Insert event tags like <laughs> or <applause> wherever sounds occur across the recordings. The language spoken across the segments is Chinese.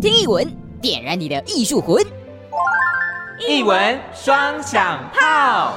听一文，点燃你的艺术魂。一文双响炮。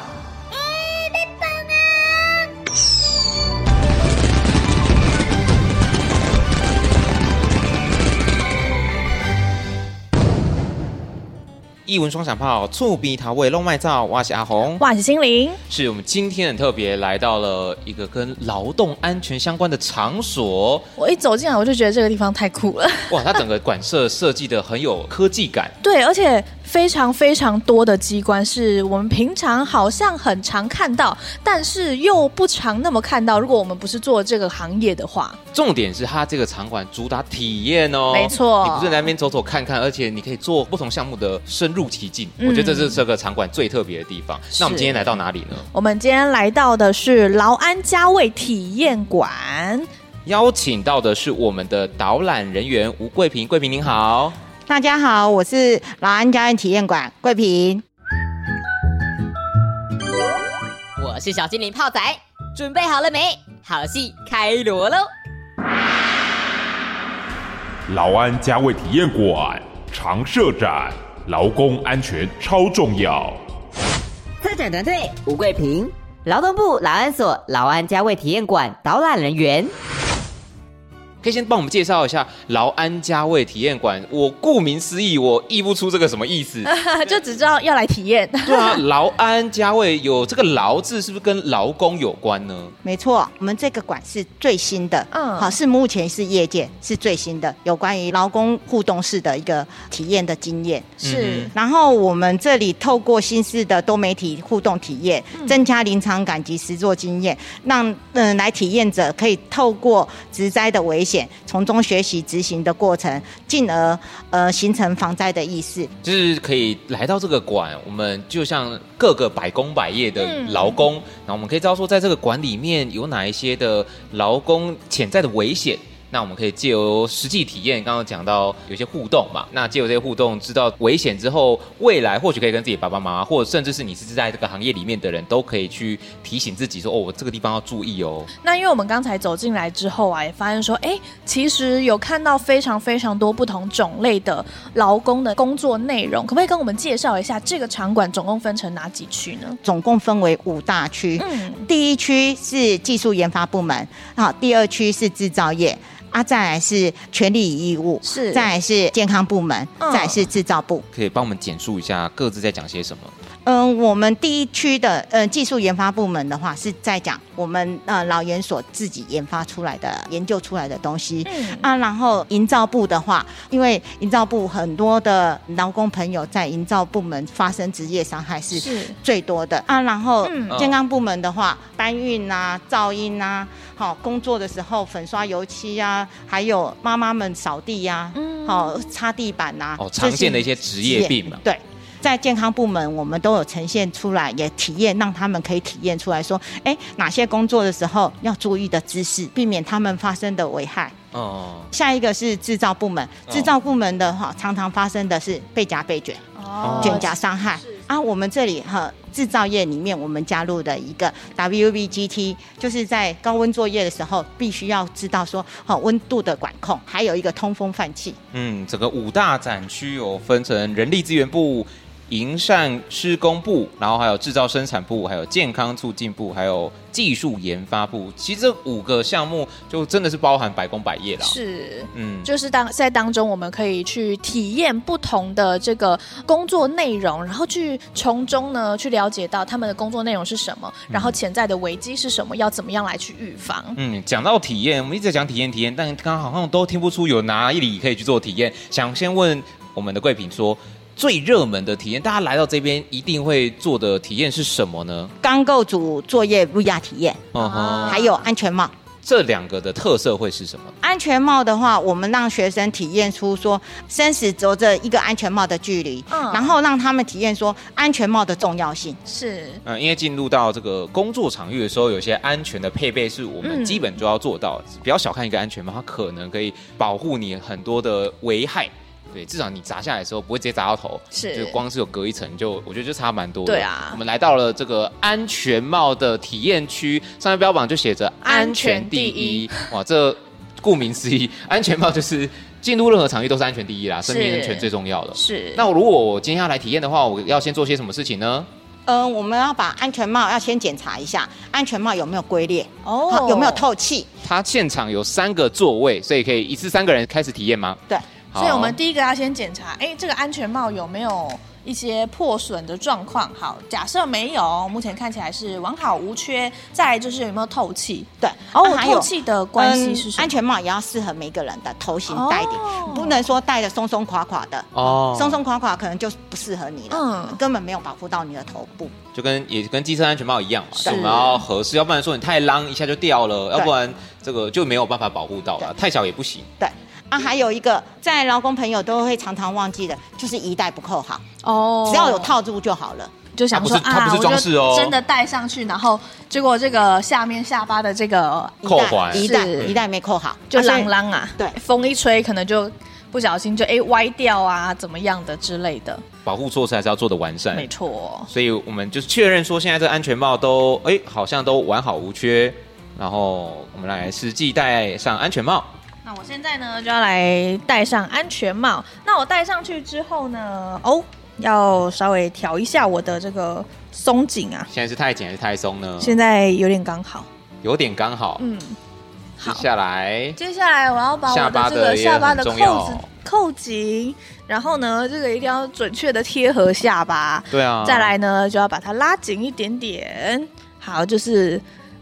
一文双响炮，醋鼻桃味弄麦照，我是阿红。哇，是心灵，是我们今天很特别，来到了一个跟劳动安全相关的场所。我一走进来我就觉得这个地方太酷 <laughs> 了，哇，它整个馆舍设计的很有科技感。对，而且非常非常多的机关是我们平常好像很常看到，但是又不常那么看到。如果我们不是做这个行业的话，重点是它这个场馆主打体验哦，没错你不是在那边走走看看，而且你可以做不同项目的深入其境。我觉得这是这个场馆最特别的地方。那我们嗯是今天来到哪里呢？我们今天来到的是劳安家卫体验馆。邀请到的是我们的导览人员吴桂平，桂平您好。大家好，我是老安家园体验馆桂平。我是小精灵炮仔，准备好了没？好戏开锣喽！劳安家卫体验馆常设展，劳工安全超重要。特展团队吴桂平，劳动部劳安所劳安家卫体验馆导览人员。可以先帮我们介绍一下劳安家卫体验馆。我顾名思义，我译不出这个什么意 <laughs> 思。 <laughs> 就只知道要来体验，对啊，劳安家卫有这个“劳”字，是不是跟劳工有关呢？没错，我们这个馆是最新的，嗯嗯，好，是目前是业界是最新的有关于劳工互动式的一个体验的经验。是嗯然后我们这里透过新式的多媒体互动体验，增加临场感及实作经验，让嗯、呃来体验者可以透过植栽的危险，从中学习执行的过程，进而呃形成防灾的意识。就是可以来到这个馆，我们就像各个百工百业的劳工，然后我们可以知道说，在这个馆里面有哪一些的劳工潜在的危险。那我们可以借由实际体验，刚刚讲到有一些互动嘛， <laughs> 那借由这些互动，知道危险之后，未来或许可以跟自己爸爸妈妈，或者甚至是你是在这个行业里面的人都可以去提醒自己说，哦，我这个地方要注意哦。那因为我们刚才走进来之后啊，也发现说，哎，其实有看到非常非常多不同种类的劳工的工作内容，可不可以跟我们介绍一下这个场馆总共分成哪几区呢？总共分为五大区。嗯第一区是技术研发部门，好，第二区是制造业，啊，再来是权利与义务，是再来是健康部门，嗯再来是制造部。可以帮我们简述一下各自在讲些什么？嗯，我们第一区的呃技术研发部门的话，是在讲我们呃老研所自己研发出来的、研究出来的东西。嗯啊，然后营造部的话，因为营造部很多的劳工朋友在营造部门发生职业伤害是是最多的啊。然后嗯健康部门的话，搬运啊、噪音啊，好、工作的时候粉刷油漆啊，还有妈妈们扫地呀、嗯好、擦地板呐、哦，这常些见的一些职业病嘛。对。在健康部门，我们都有呈现出来，也体验让他们可以体验出来说，哎，哪些工作的时候要注意的知识，避免他们发生的危害。哦，下一个是制造部门，哦制造部门的哈，常常发生的是被夹被卷、哦卷夹伤害啊。我们这里哈，制造业里面我们加入的一个 WVGT，就是在高温作业的时候，必须要知道说好温度的管控，还有一个通风换气。嗯，整个五大展区有分成人力资源部、营善施工部，然后还有制造生产部，还有健康促进部，还有技术研发部。其实这五个项目就真的是包含百工百业啦。，是。嗯，就是当在当中，我们可以去体验不同的这个工作内容，然后去从中呢去了解到他们的工作内容是什么，然后潜在的危机是什么，要怎么样来去预防。嗯，讲到体验，我们一直在讲体验体验，但刚刚好像都听不出有哪里可以去做体验。想先问我们的贵品说，最热门的体验，大家来到这边一定会做的体验是什么呢？钢构组作业 VR 体验，嗯哦哼，还有安全帽。这两个的特色会是什么？安全帽的话，我们让学生体验出说生死隔着一个安全帽的距离，嗯然后让他们体验说安全帽的重要性。是，嗯，因为进入到这个工作场域的时候，有些安全的配备是我们嗯基本就要做到的。不要小看一个安全帽，它可能可以保护你很多的危害。对，至少你砸下来的时候不会直接砸到头，是就光是有隔一层就，我觉得就差蛮多的。对啊我们来到了这个安全帽的体验区，上面标榜就写着“安全第一安全第一”，哇，这顾名思义，安全帽就是进入任何场域都是安全第一啦，生命安全最重要的。是，那如果我今天要来体验的话，我要先做些什么事情呢？嗯，我们要把安全帽要先检查一下，安全帽有没有龟裂，哦好有没有？透气？它现场有三个座位，所以可以一次三个人开始体验吗？对，好所以我们第一个要先检查，哎，这个安全帽有没有一些破损的状况？好，假设没有，目前看起来是完好无缺。再来就是有没有透气？对，哦，啊还有透气的关系是嗯什么？安全帽也要适合每个人的头型戴点，哦不能说戴的松松垮垮的。哦松松垮垮可能就不适合你了，嗯根本没有保护到你的头部。就跟也跟机车安全帽一样嘛，是我们要合适，要不然说你太浪一下就掉了，对要不然这个就没有办法保护到了，对太小也不行。对，嗯啊，还有一个在劳工朋友都会常常忘记的，就是衣带不扣好，哦只要有套住就好了。就想说它不是它啊，不是我装饰哦就真的戴上去，然后结果这个下面下巴的这个一扣带环一带是一带没扣好，就啊所以啷啷啊，对风一吹可能就不小心就哎歪掉啊，怎么样的之类的，保护措施还是要做的完善。没错。所以我们就是确认说，现在这个安全帽都哎、好像都完好无缺，然后我们来实际戴上安全帽。那我现在呢就要来戴上安全帽。那我戴上去之后呢，哦，要稍微调一下我的这个松紧啊，现在是太紧还是太松呢？现在有点刚好。有点刚好。嗯，接好下来接下来我要把我的这个下下巴巴的也很的重扣要子扣紧，然后呢，这个一定要准确的贴合下巴。对啊，再来呢，就要把它拉紧一点点。好，就是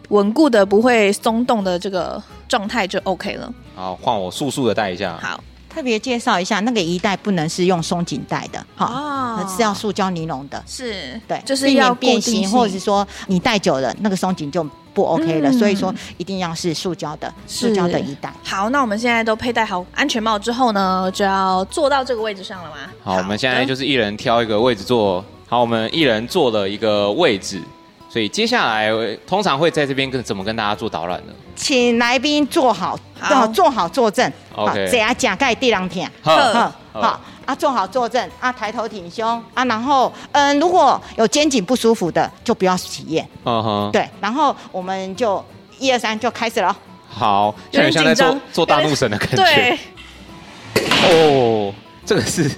稳固的不会松动的这个状态就 OK 了。好啊换我速速的戴一下。好特别介绍一下，那个衣带不能是用松紧带的，哈、啊是要塑胶尼龙的。是对，就是避免要固变定形，性或者是说你戴久了那个松紧就不 OK 了，嗯所以说一定要是塑胶的，塑胶的一带。好，那我们现在都佩戴好安全帽之后呢，就要坐到这个位置上了吗？好，我们现在的就是一人挑一个位置坐。好，我们一人坐了一个位置，所以接下来呃通常会在这边跟怎么跟大家做导览呢？请来宾坐好，好要坐好坐正， OK 这样甲盖地狼天，好好好好啊，坐好坐正啊，抬头挺胸啊，然后嗯，如果有肩颈不舒服的，就不要体验，嗯哼，对，然后我们就一二三就开始了，哦好，有像点像在紧做张做大怒神的感觉对。哦，这个是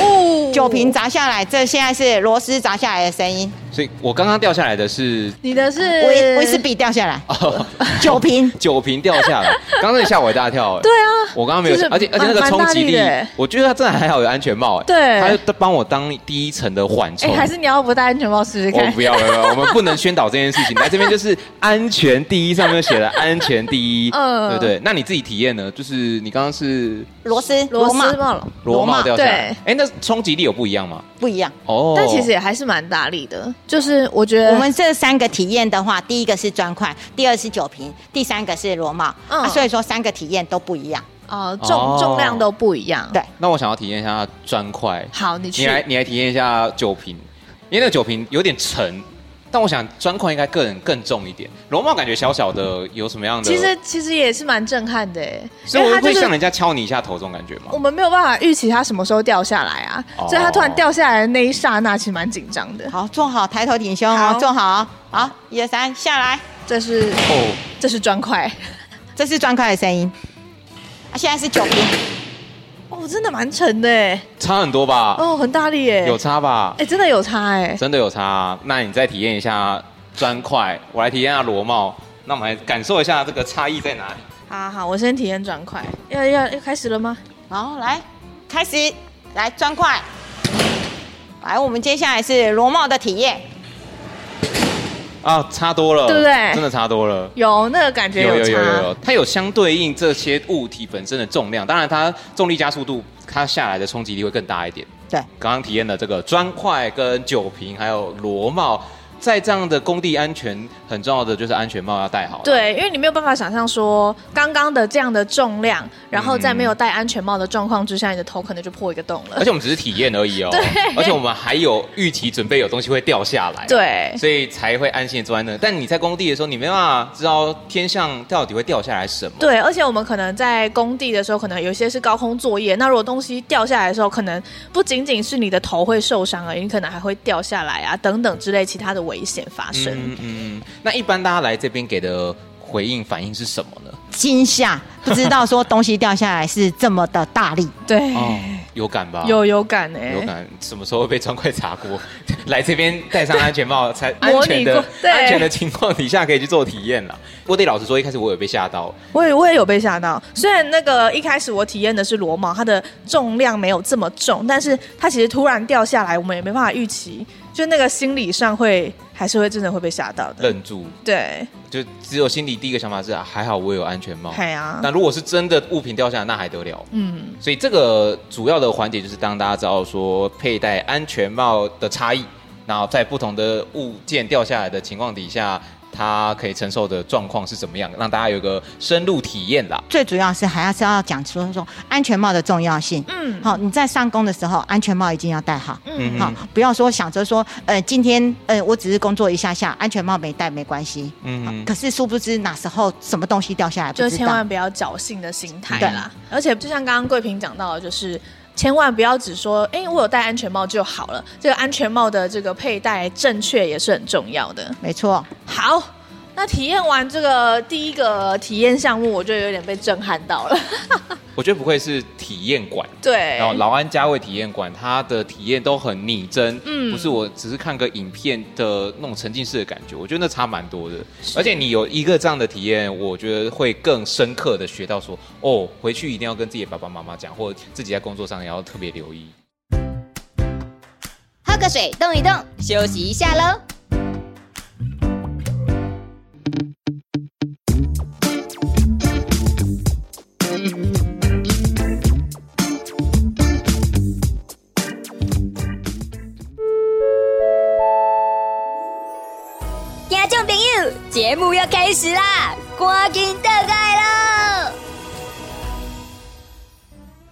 哦，酒瓶砸下来，这现在是螺丝砸下来的声音，所以我刚刚掉下来的是 <laughs> 你的是威威士忌掉下来，哦，酒瓶。酒瓶掉下来，刚刚也吓我一大跳。对，对啊，我刚刚没有就想，是而且而且那个蛮冲击蛮大力力的欸，我觉得它真的还好有安全帽，哎，对它就帮我当第一层的缓哎、冲。还是你要不戴安全帽试试我看？哦不要不要，不要我们不能宣导这件事情。来这边就是安全第一，上面写了安全第一， <laughs> 嗯对不对？那你自己体验呢？就是你刚刚是 <laughs> 螺丝螺丝帽帽了，螺帽掉下来对，哎，那冲击力有不一样吗？不一样。哦，但其实也还是蛮大力的，就是我觉得我们这三个体验的话，第一个是砖块，第二是酒瓶，第三个是螺帽。嗯啊，所以说三个体验都不一样。呃哦重重量都不一样。对那我想要体验一下砖块，好，你去你来你来体验一下酒瓶，因为那个酒瓶有点沉，但我想砖块应该更更重一点。螺帽感觉小小的，有什么样的？其实其实也是蛮震撼的耶，所以因为我它哦就会像是人家敲你一下头这种感觉吗我？们没有办法预期它什么时候掉下来啊，哦所以它突然掉下来的那一刹那，其实蛮紧张的。好，坐好，抬头挺胸哦好，坐好，好，一二三，下来。这是哦，这是砖块，这是砖块的声音。啊，现在是酒瓶，哦，真的蛮沉的耶，差很多吧？哦，很大力耶，有，差吧？哎，真的有差 <laughs> 哎，真的有差、那你再体验一下砖块，我来体验一下螺帽。那我们来感受一下这个差异在哪里。好好，我先体验砖块，要要要开始了吗？好，来，开始，来砖块。来，我们接下来是螺帽的体验。啊，差多了，对不对真的差多了。有，那个感觉有有差，有有有，它有相对应这些物体本身的重量，当然它重力加速度，它下来的冲击力会更大一点。对，刚刚体验的这个砖块、跟酒瓶还有螺帽，在这样的工地安全很重要的就是安全帽要戴好。，对，因为你没有办法想象说刚刚的这样的重量，然后在没有戴安全帽的状况之下，你的头可能就破一个洞了。而且我们只是体验而已哦。 <laughs> 对而且我们还有预期准备有东西会掉下来。。哦 <laughs> 对，所以才会安心地坐在那。但你在工地的时候，你没办法知道天上到底会掉下来什么。对，而且我们可能在工地的时候，可能有一些是高空作业。那如果东西掉下来的时候，可能不仅仅是你的头会受伤而已，你可能还会掉下来啊，等等之类其他的危险发生。嗯嗯嗯。那一般大家来这边给的回应反应是什么呢？惊吓，不知道说东西掉下来是这么的大力。对，哦，有感吧？有有感哎、有感，什么时候被砖块砸过？ <laughs> 来这边戴上安全帽，才安模拟全的过对安全的情况底下可以去做体验了。我得老实说，一开始我有被吓到，我也我也有被吓到，虽然那个一开始我体验的是螺帽，它的重量没有这么重，但是它其实突然掉下来，我们也没办法预期，就那个心理上会还是会真的会被吓到的。愣住，对，就只有心里第一个想法是，啊还好我有安全帽。嗨啊，那如果是真的物品掉下来，那还得了？嗯，所以这个主要的环节就是当大家知道说佩戴安全帽的差异，然后在不同的物件掉下来的情况底下，它可以承受的状况是怎么样，让大家有个深入体验啦。 <laughs> 最主要是还要是要讲说说安全帽的重要性。嗯好，你在上工的时候，安全帽一定要戴好。嗯好，不要说想着说，呃，今天呃，我只是工作一下下，安全帽没戴没关系。嗯哼可是殊不知哪时候什么东西掉下来，不就知千道万。不要侥幸的心态对啦。而且就像刚刚桂平讲到的，就是。千万不要只说，哎、我有戴安全帽就好了。这个安全帽的这个佩戴正确也是很重要的。没错，好，那体验完这个第一个体验项目，我就有点被震撼到了。 <laughs> 我觉得不愧是体验馆。对，然后劳安家卫体验馆，它的体验都很拟真，嗯不是我只是看个影片的那种沉浸式的感觉，我觉得那差蛮多的。而且你有一个这样的体验，我觉得会更深刻的学到说，哦，回去一定要跟自己的爸爸妈妈讲，或者自己在工作上也要特别留意。喝个水，动一动，休息一下喽。听众朋友，节目要开始啦，赶紧倒来喽！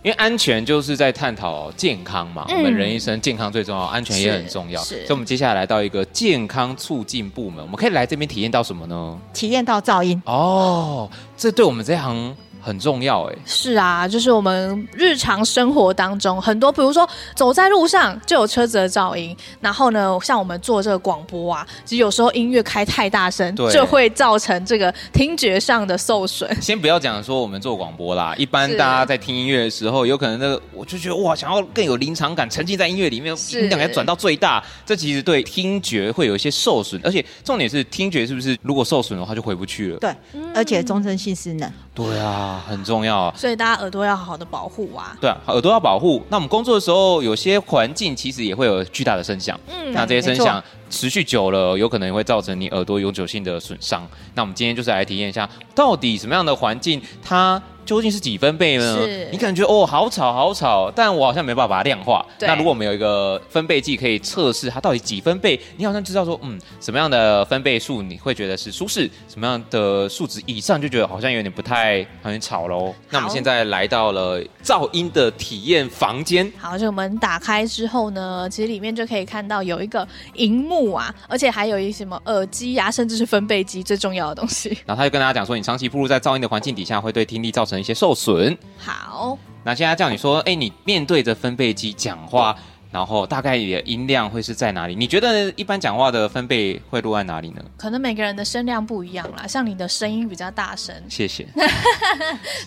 因为安全就是在探讨健康嘛，我们人一生健康最重要，安全也很重要，嗯是所以我们接下来来到一个健康促进部门，我们可以来这边体验到什么呢？体验到噪音。哦，这对我们这行很重要哎。是啊，就是我们日常生活当中很多，比如说走在路上就有车子的噪音，然后呢，像我们做这个广播啊，其实有时候音乐开太大声，对就会造成这个听觉上的受损。先不要讲说我们做广播啦，一般是大家在听音乐的时候，有可能那个我就觉得哇，想要更有临场感，沉浸在音乐里面，是音量给它转到最大，这其实对听觉会有一些受损，而且重点是听觉是不是如果受损的话就回不去了？对，而且终身性失能。对啊，很重要啊。所以大家耳朵要好好的保护啊。对啊，耳朵要保护。那我们工作的时候，有些环境其实也会有巨大的声响。嗯那这些声没响错持续久了，有可能会造成你耳朵永久性的损伤。那我们今天就是来体验一下，到底什么样的环境它。究竟是几分贝呢是？你感觉哦，好吵好吵，但我好像没办法把它量化。对那如果我们有一个分贝计可以测试它到底几分贝，你好像知道说，嗯，什么样的分贝数你会觉得是舒适，什么样的数值以上就觉得好像有点不太很吵喽。那我们现在来到了噪音的体验房间，好，就我们打开之后呢，其实里面就可以看到有一个荧幕啊，而且还有一些什么耳机啊，甚至是分贝机最重要的东西。然后他就跟大家讲说，你长期暴露在噪音的环境底下，会对听力造成一些受损。好，那现在叫你说，哎，你面对着分贝机讲话，然后大概你的音量会是在哪里？你觉得一般讲话的分贝会落在哪里呢？可能每个人的声量不一样啦，像你的声音比较大声，谢谢，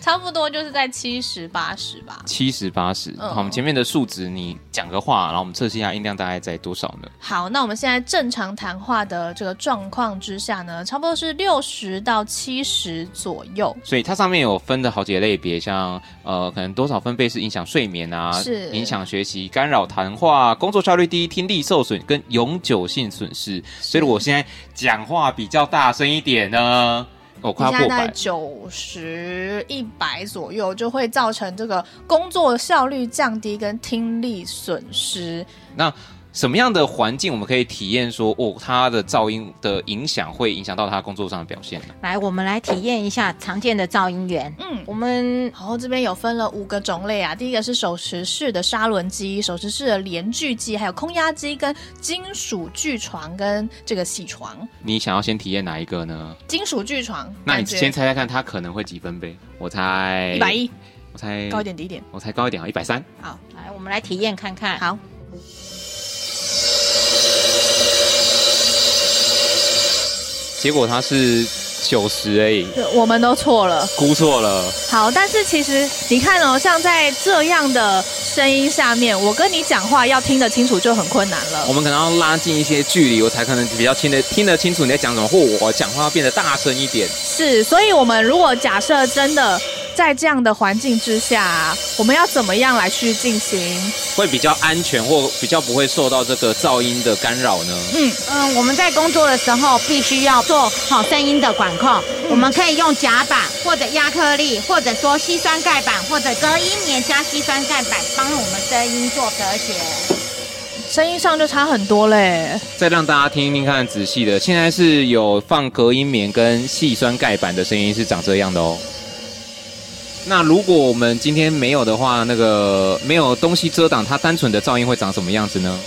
差不多就是在七十八十吧。七十八十。嗯好，我们前面的数值你讲个话，然后我们测试一下音量大概在多少呢？好，那我们现在正常谈话的这个状况之下呢，差不多是六十到七十左右。所以它上面有分的好几个类别，像呃，可能多少分贝是影响睡眠啊，是影响学习、干扰谈话、工作效率低、听力受损跟永久性损失。所以如果我现在讲话比较大声一点呢，我你快现要在过在百。九十一百左右，就会造成这个工作效率降低跟听力损失。那什么样的环境我们可以体验说哦，它的噪音的影响会影响到他工作上的表现呢？来，我们来体验一下常见的噪音源。嗯，我们然后这边有分了五个种类啊，第一个是手持式的砂轮机、手持式的连锯机，还有空压机跟金属锯床跟这个铣床。你想要先体验哪一个呢？金属锯床，那你先猜猜看，它可能会几分贝？我猜一百，一，我猜高一，点低一点。我猜高一点啊，一百三。好，来，我们来体验看看。好，结果它是九十而已，对我们都错了。估错了。好，但是其实你看哦，像在这样的声音下面，我跟你讲话要听得清楚就很困难了我。们可能要拉近一些距离，我才可能比较听得听得清楚你在讲什么，或我讲话要变得大声一点。是，所以我们如果假设真的在这样的环境之下，我们要怎么样来去进行？会比较安全，或比较不会受到这个噪音的干扰呢？嗯，我们在工作的时候必须要做好声音的管控。我们可以用夹板或者亚克力，或者说吸酸钙板，或者隔音棉加吸酸钙板，帮我们声音做隔绝。声音上就差很多嘞。再让大家听听看仔细的，现在是有放隔音棉跟细酸盖板的声音是长这样的哦。那如果我们今天没有的话，那个没有东西遮挡，它单纯的噪音会长什么样子呢？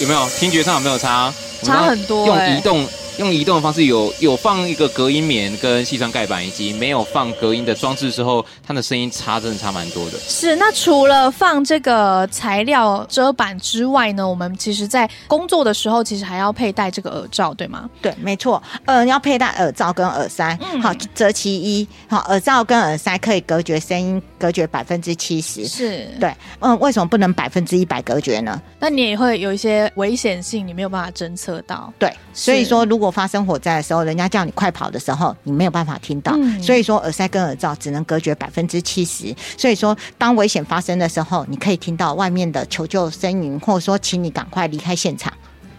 有没有听觉上有没有差？我们差很多刚刚欸用移动用移动的方式有有放一个隔音棉跟细酸盖板，以及没有放隔音的装置之后，它的声音差真的差蛮多的。是，那除了放这个材料遮板之外呢，我们其实在工作的时候，其实还要佩戴这个耳罩，对吗？对，没错，呃，要佩戴耳罩跟耳塞，嗯好，择其一，好，耳罩跟耳塞可以隔绝声音，隔绝百分之七十。是对。对，嗯，为什么不能百分之一百隔绝呢？那你也会有一些危险性，你没有办法侦测到。对，所以是说如果发生火灾的时候，人家叫你快跑的时候，你没有办法听到，嗯所以说耳塞跟耳罩只能隔绝百分之七十。所以说，当危险发生的时候，你可以听到外面的求救声音，或者说请你赶快离开现场。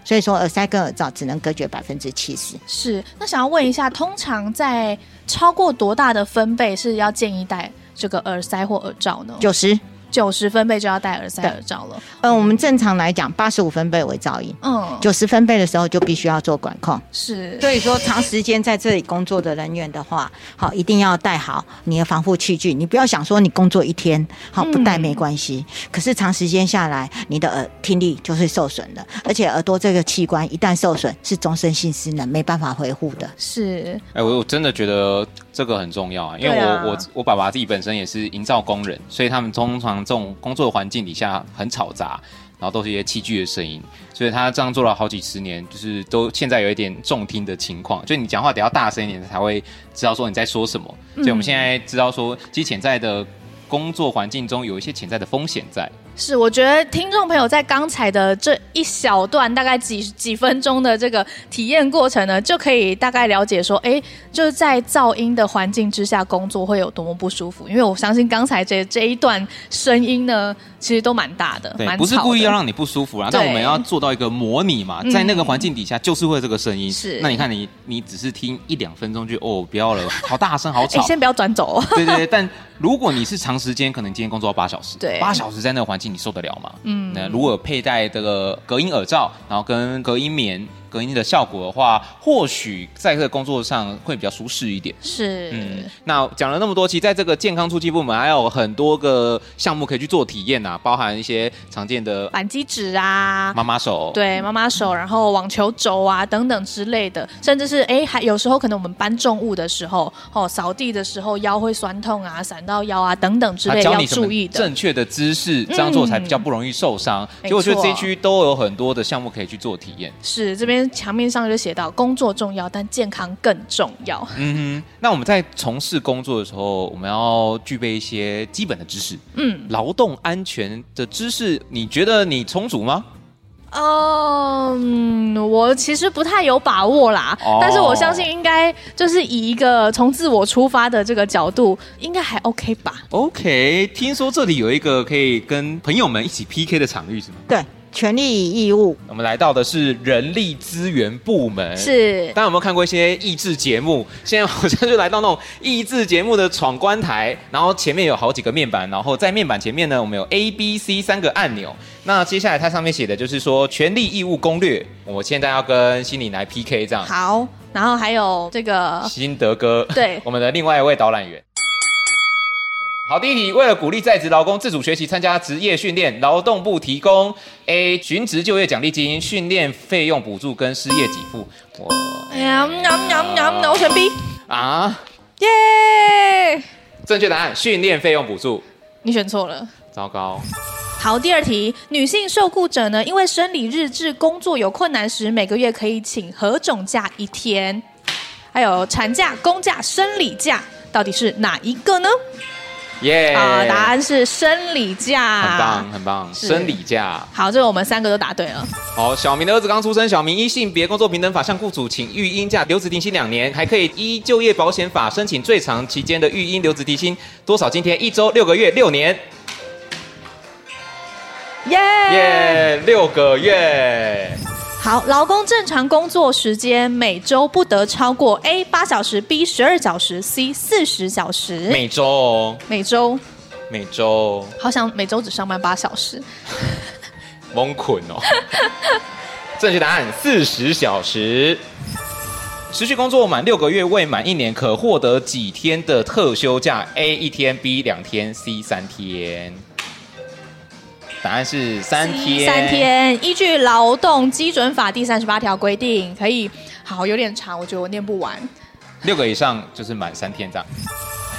所以说，耳塞跟耳罩只能隔绝百分之七十。是，那想要问一下，通常在超过多大的分贝是要建议戴这个耳塞或耳罩呢？九十，九十分贝就要戴耳塞、对耳罩了。呃，我们正常来讲，八十五分贝为噪音，嗯，九十分贝的时候就必须要做管控。是所以说，长时间在这里工作的人员的话，好，一定要带好你的防护器具。你不要想说你工作一天，好不带没关系。可是长时间下来，你的耳听力就是受损的，而且耳朵这个器官一旦受损，是终身性失能，没办法恢复的。是，哎、我我真的觉得这个很重要啊，因为对我、啊我我爸爸自己本身也是营造工人，所以他们通常这种工作环境底下很吵杂，然后都是一些器具的声音，所以他这样做了好几十年，就是都现在有一点重听的情况，就你讲话得要大声一点才会知道说你在说什么，所以我们嗯现在知道说，其实潜在的工作环境中有一些潜在的风险在。是，我觉得听众朋友在刚才的这一小段大概几几分钟的这个体验过程呢，就可以大概了解说，哎，就是在噪音的环境之下工作会有多么不舒服。因为我相信刚才这这一段声音呢，其实都蛮大的，对，蛮不是吵故意的要让你不舒服啦，对嗯但我们要做到一个模拟嘛，在那个环境底下就是会这个声音。是那你看你你只是听一两分钟就哦不要 <laughs> 了，好大声，好哎，吵。先不要转走、哦。对 <laughs> 对对，但如果你是长时间，可能今天工作要八小时，对八小时在那个环境你受得了吗？嗯，那如果有佩戴这个隔音耳罩，然后跟隔音棉、隔音的效果的话，或许在这个工作上会比较舒适一点。是，嗯，那讲了那么多，其实在这个健康促进部门还有很多个项目可以去做体验啊，包含一些常见的扳机指啊。妈妈手，对，妈妈手，然后网球肘啊等等之类的，甚至是哎，还有时候可能我们搬重物的时候，哦，扫地的时候腰会酸痛啊，闪到腰啊等等之他类教要你什么注意的。嗯正确的姿势，这样做才比较不容易受伤。没所以我觉得错这一区都有很多的项目可以去做体验。是，这边墙面上就写到，工作重要，但健康更重要。嗯哼，那我们在从事工作的时候，我们要具备一些基本的知识。嗯，劳动安全的知识，你觉得你充足吗？嗯，我其实不太有把握啦，哦但是我相信应该就是以一个从自我出发的这个角度，应该还 OK 吧。 OK，听说这里有一个可以跟朋友们一起 PK 的场域，是吗？对，权利与义务，我们来到的是人力资源部门，是大，家有没有看过一些益智节目？现在好像就来到那种益智节目的闯关台，然后前面有好几个面板，然后在面板前面呢，我们有 A、B、C 三个按钮。那接下来它上面写的就是说权利义务攻略，我现在要跟心理来 PK 这样。好，然后还有这个辛德哥，对 <laughs> 我们的另外一位导览员。好，第一题，为了鼓励在职劳工自主学习、参加职业训练，劳动部提供 A 寻职就业奖励金、训练费用补助跟失业给付。我哎呀，喵喵喵喵，我选 B，啊，耶！正确答案训练费用补助。你选错了。糟糕，好，第二题，女性受雇者呢，因为生理日志工作有困难时，每个月可以请何种假一天？还有产假、公假、生理假，到底是哪一个呢？耶！啊、答案是生理假。哎很棒，很棒，是生理假。好，这个我们三个都答对了。好，小明的儿子刚出生，小明依性别工作平等法向雇主请育婴假，留职停薪两年，还可以依就业保险法申请最长期间的育婴留职停薪多少津贴？一周、六个月、六年，耶、耶、六个月。好，劳工正常工作时间每周不得超过 A 八小时、B 十二小时、C 四十小时。每周哦，每周每周哦好想每周只上班八小时。蒙捆哦。 <laughs> 正确答案四十小时。持续工作满六个月未满一年，可获得几天的特休假？A 一天，B 两天，C 三天。答案是三天。三。天，依据《劳动基准法》第三十八条规定，可以。好，有点长，我觉得我念不完。六个以上就是满三天这样。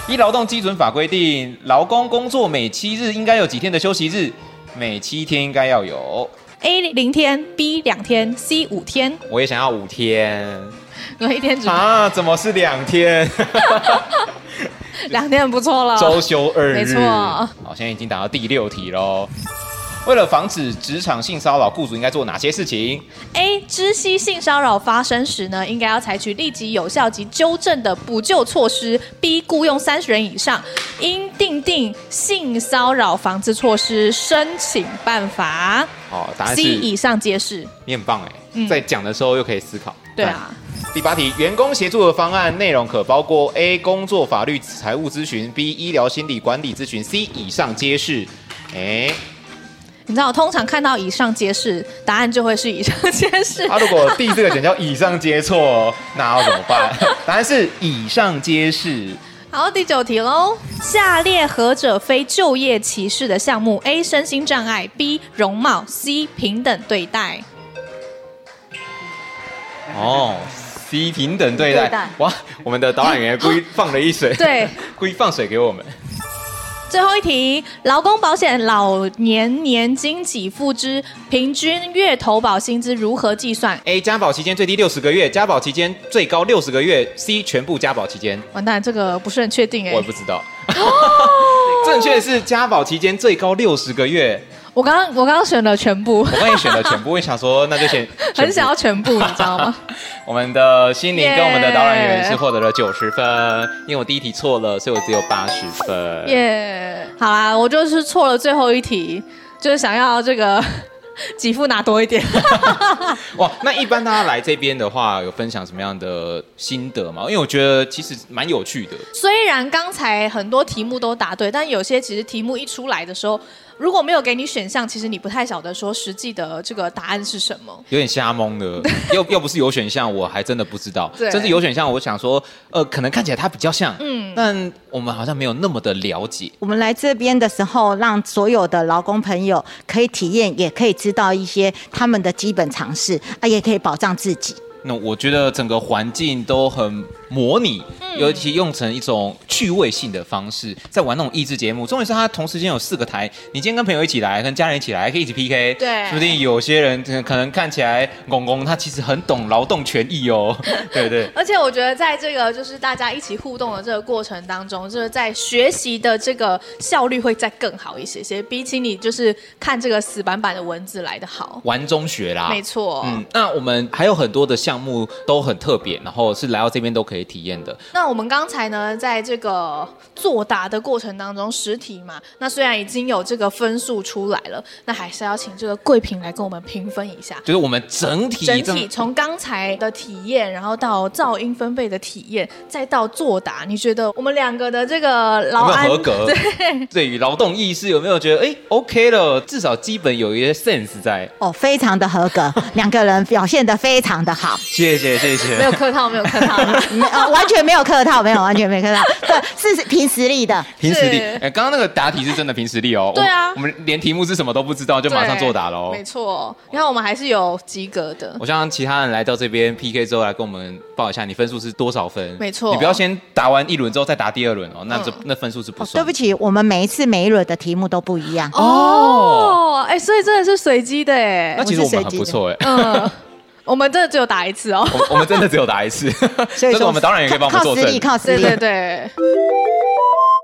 依劳动基准法规定，劳工工作每七日应该有几天的休息日？每七天应该要有。 A 零天，B 两天，C 五天，我也想要五天我一天只啊！怎么是两天？两天不错了。周休二日，哦没错好，现在已经打到第六题喽。为了防止职场性骚扰，雇主应该做哪些事情？ A 知悉性骚扰发生时呢，应该要采取立即有效及纠正的补救措施。B 雇佣三十人以上，应订定性骚扰防治措施申请办法。哦，答案 C 是以上皆是。你很棒哎、嗯在讲的时候又可以思考。对啊，第八题，员工协助的方案内容可包括 A 工作、法律、财务咨询；B 医疗、心理、管理咨询；C 以上皆是。哎、你知道，通常看到以上皆是，答案就会是以上皆是他、。啊如果 D 这个选项以上皆错，那要怎么办？答案是以上皆是。好，第九题喽。下列何者非就业歧视的项目？A. 身心障碍，B. 容貌，C. 平等对待。哦，C 平等对对待待。哇，我们的导演员故意放了一水， <laughs> 对，故意放水给我们。最后一题，劳工保险老年年金给付之平均月投保薪资如何计算？ A 加保期间最低六十个月，加保期间最高六十个月。C 全部加保期间，完蛋，这个不是很确定哎、我也不知道。 <laughs> 正确是加保期间最高六十个月。我刚刚我刚刚选了全部，我帮你选了全部，我也想说那就选。全 <laughs> 很部想要全部，你知道吗？我们的心灵跟我们的导览员耶是获得了九十分，因为我第一题错了，所以我只有八十分。耶、好啦，我就是错了最后一题，就是想要这个 <laughs> 给付拿多一点。哇，那一般大家来这边的话，有分享什么样的心得吗？因为我觉得其实蛮有趣的。 <laughs> 虽然刚才很多题目都答对，但有些其实题目一出来的时候，如果没有给你选项，其实你不太晓得说实际的这个答案是什么。有点瞎蒙的，又又不是有选项，我还真的不知道。对甚至有选项，我想说，呃，可能看起来它比较像，嗯嗯，但我们好像没有那么的了解。我们来这边的时候，让所有的劳工朋友可以体验，也可以知道一些他们的基本常识，啊，也可以保障自己。那我觉得整个环境都很模拟，嗯尤其用成一种趣味性的方式，在玩那种益智节目。重点是它同时间有四个台，你今天跟朋友一起来，跟家人一起来，还可以一起 PK。对说不定有些人呃可能看起来公公他其实很懂劳动权益哦， <laughs> 对不对？而且我觉得，在这个就是大家一起互动的这个过程当中，就是在学习的这个效率会再更好一些些，比起你就是看这个死板板的文字来的好。玩中学啦，没错，嗯，那我们还有很多的项目都很特别，然后是来到这边都可以体验的。那我们刚才呢，在这个作答的过程当中，实题嘛，那虽然已经有这个分数出来了，那还是要请这个贵平来跟我们评分一下。就是我们整体整这体样从刚才的体验，然后到噪音分贝的体验，再到作答，你觉得我们两个的这个劳有没安有合格？对，对于劳动意识有没有觉得哎 OK 了？至少基本有一些 sense 在。 <laughs> 哦，非常的合格，两个人表现的非常的好。套，谢谢谢谢，没有客套，没有客套 <laughs> 啦。没呃完全没有客套，没有完全没客套，对，是凭实力的。凭实力。是哎，刚刚那个答题是真的凭实力哦。对啊我我们连题目是什么都不知道，就马上作答喽对。没错。你看，我们还是有及格的。我想让其他人来到这边 PK 之后，来跟我们报一下你分数是多少分。没错嗯你不要先答完一轮之后再答第二轮哦，那这、那分数是不哦，算。对不起，我们每一次每一轮的题目都不一样。哦哦，哎，所以真的是随机的哎那。其实我们很不错 <laughs> 哎，嗯，我们真的只有打一次哦。我我们真的只有答一次，所这以说个我们当然也可以帮我们靠作实力，证。靠实对力。对对。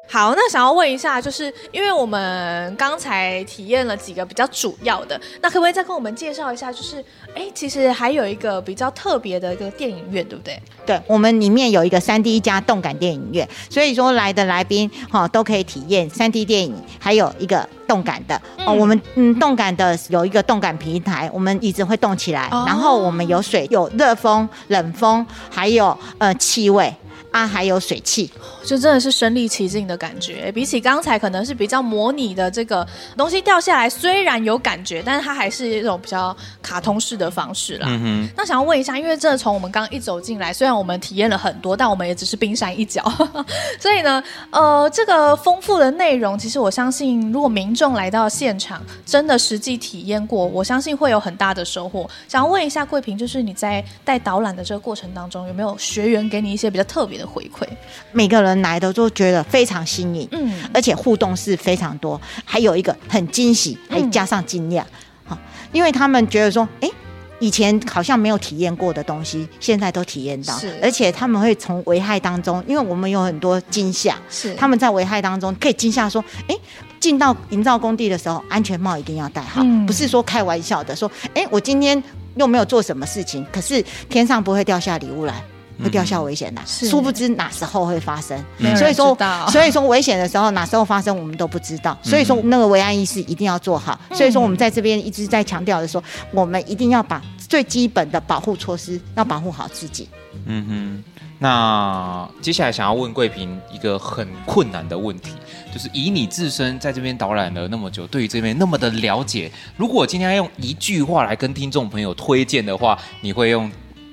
好，那想要问一下，就是因为我们刚才体验了几个比较主要的，那可不可以再跟我们介绍一下？就是，哎，其实还有一个比较特别的一个电影院，对不对？对，我们里面有一个三 D 加动感电影院，所以说来的来宾哈、哦、都可以体验三 D 电影，还有一个动感的、哦。嗯我们嗯动感的有一个动感平台，我们椅子会动起来，哦然后我们有水、有热风、冷风，还有呃气味啊，还有水汽。就真的是身临其境的感觉，比起刚才可能是比较模拟的这个东西掉下来，虽然有感觉，但是它还是一种比较卡通式的方式啦。嗯那想要问一下，因为真的从我们刚一走进来，虽然我们体验了很多，但我们也只是冰山一角， <laughs> 所以呢，呃，这个丰富的内容，其实我相信，如果民众来到现场，真的实际体验过，我相信会有很大的收获。想要问一下桂平，就是你在带导览的这个过程当中，有没有学员给你一些比较特别的回馈？每个人来的都觉得非常新颖，嗯而且互动是非常多，还有一个很惊喜，还加上惊嗯讶，好、因为他们觉得说，哎、以前好像没有体验过的东西，现在都体验到是，而且他们会从危害当中，因为我们有很多惊吓，是他们在危害当中可以惊吓说，哎、进到营造工地的时候，安全帽一定要戴好，嗯不是说开玩笑的，说，哎、我今天又没有做什么事情，可是天上不会掉下礼物来，会掉下危险来，是殊不知哪时候会发生没有。人所以说知道，所以说危险的时候哪时候发生我们都不知道。所以说那个维安意识一定要做好。嗯所以说我们在这边一直在强调的说，我们一定要把最基本的保护措施要保护好自己。嗯哼。那接下来想要问桂平一个很困难的问题，就是以你自身在这边导览了那么久，对于这边那么的了解，如果今天要用一句话来跟听众朋友推荐的话，你会用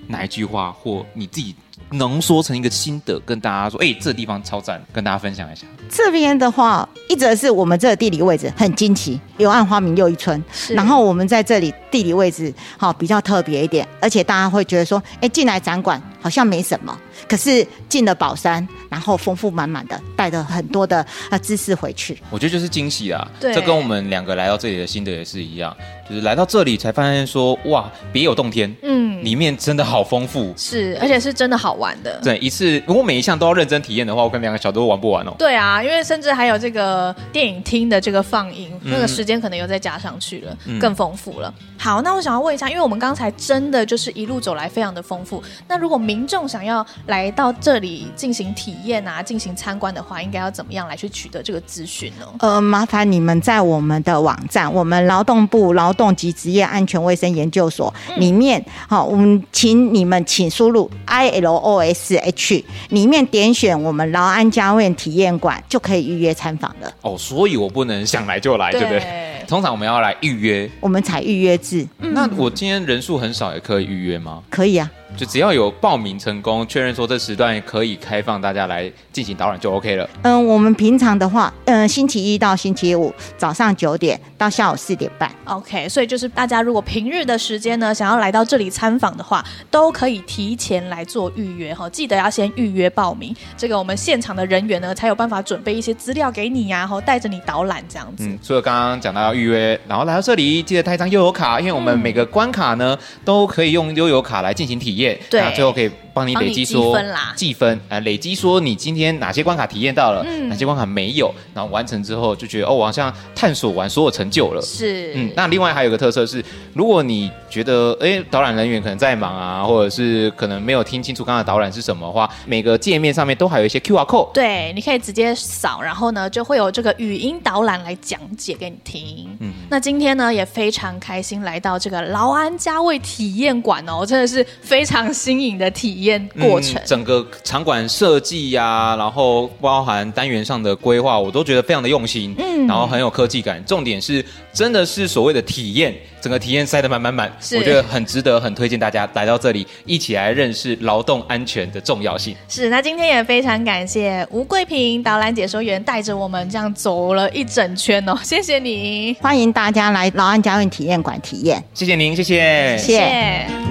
哪一句话，或你自己能说成一个心得，跟大家说，哎、这地方超赞，跟大家分享一下。这边的话，一则是我们这个地理位置很惊奇，柳暗花明又一村。是然后我们在这里地理位置好、比较特别一点，而且大家会觉得说，哎，进来展馆好像没什么，可是进了宝山，然后丰富满满的，带着很多的呃知识回去。我觉得就是惊喜啊！对这跟我们两个来到这里的心得也是一样，就是来到这里才发现说，哇，别有洞天，嗯里面真的好丰富。是，而且是真的好玩的。对，一次如果每一项都要认真体验的话，我跟两个小都玩不完哦。对啊，因为甚至还有这个电影厅的这个放映，嗯那个时间可能又再加上去了，嗯更丰富了。好，那我想要问一下，因为我们刚才真的就是一路走来非常的丰富，那如果民众想要来到这里进行体验啊、进行参观的话，应该要怎么样来去取得这个资讯呢？呃，麻烦你们在我们的网站，我们劳动部劳动及职业安全卫生研究所里面，好、我们请你们请输入 I L O S H 里面点选我们劳安家院体验馆，就可以预约参访了。哦，所以我不能想来就来，对不对对？通常我们要来预约。我们采预约制，那我今天人数很少，也可以预约吗？可以啊。就只要有报名成功，确认说这时段可以开放大家来进行导览就 OK 了。嗯，我们平常的话，嗯，星期一到星期五早上九点到下午四点半。 OK，所以就是大家如果平日的时间呢，想要来到这里参访的话，都可以提前来做预约哈，记得要先预约报名，这个我们现场的人员呢才有办法准备一些资料给你呀、然后带着你导览这样子。嗯，除了刚刚讲到要预约，然后来到这里记得带一张悠游卡，因为我们每个关卡呢、都可以用悠游卡来进行体验，嗯对嗯那最后可以帮你累积说帮你积分啦积分啊、呃累积说你今天哪些关卡体验到了，嗯哪些关卡没有，然后完成之后就觉得哦，我好像探索完所有成就了。是，嗯，那另外还有一个特色是，如果你觉得诶导览人员可能在忙啊，或者是可能没有听清楚刚刚的导览是什么的话，每个界面上面都还有一些 QR code，对，你可以直接扫，然后呢就会有这个语音导览来讲解给你听。嗯，那今天呢也非常开心来到这个劳安家卫体验馆哦，真的是非常新颖的体验过程嗯。整个场馆设计呀、然后包含单元上的规划，我都觉得非常的用心，嗯，然后很有科技感。重点是，真的是所谓的体验，整个体验塞得满满满，是我觉得很值得，很推荐大家来到这里，一起来认识劳动安全的重要性。是，那今天也非常感谢吴桂平导览解说员带着我们这样走了一整圈哦，谢谢你，欢迎大家来劳安家园体验馆体验，谢谢您，谢谢，谢谢谢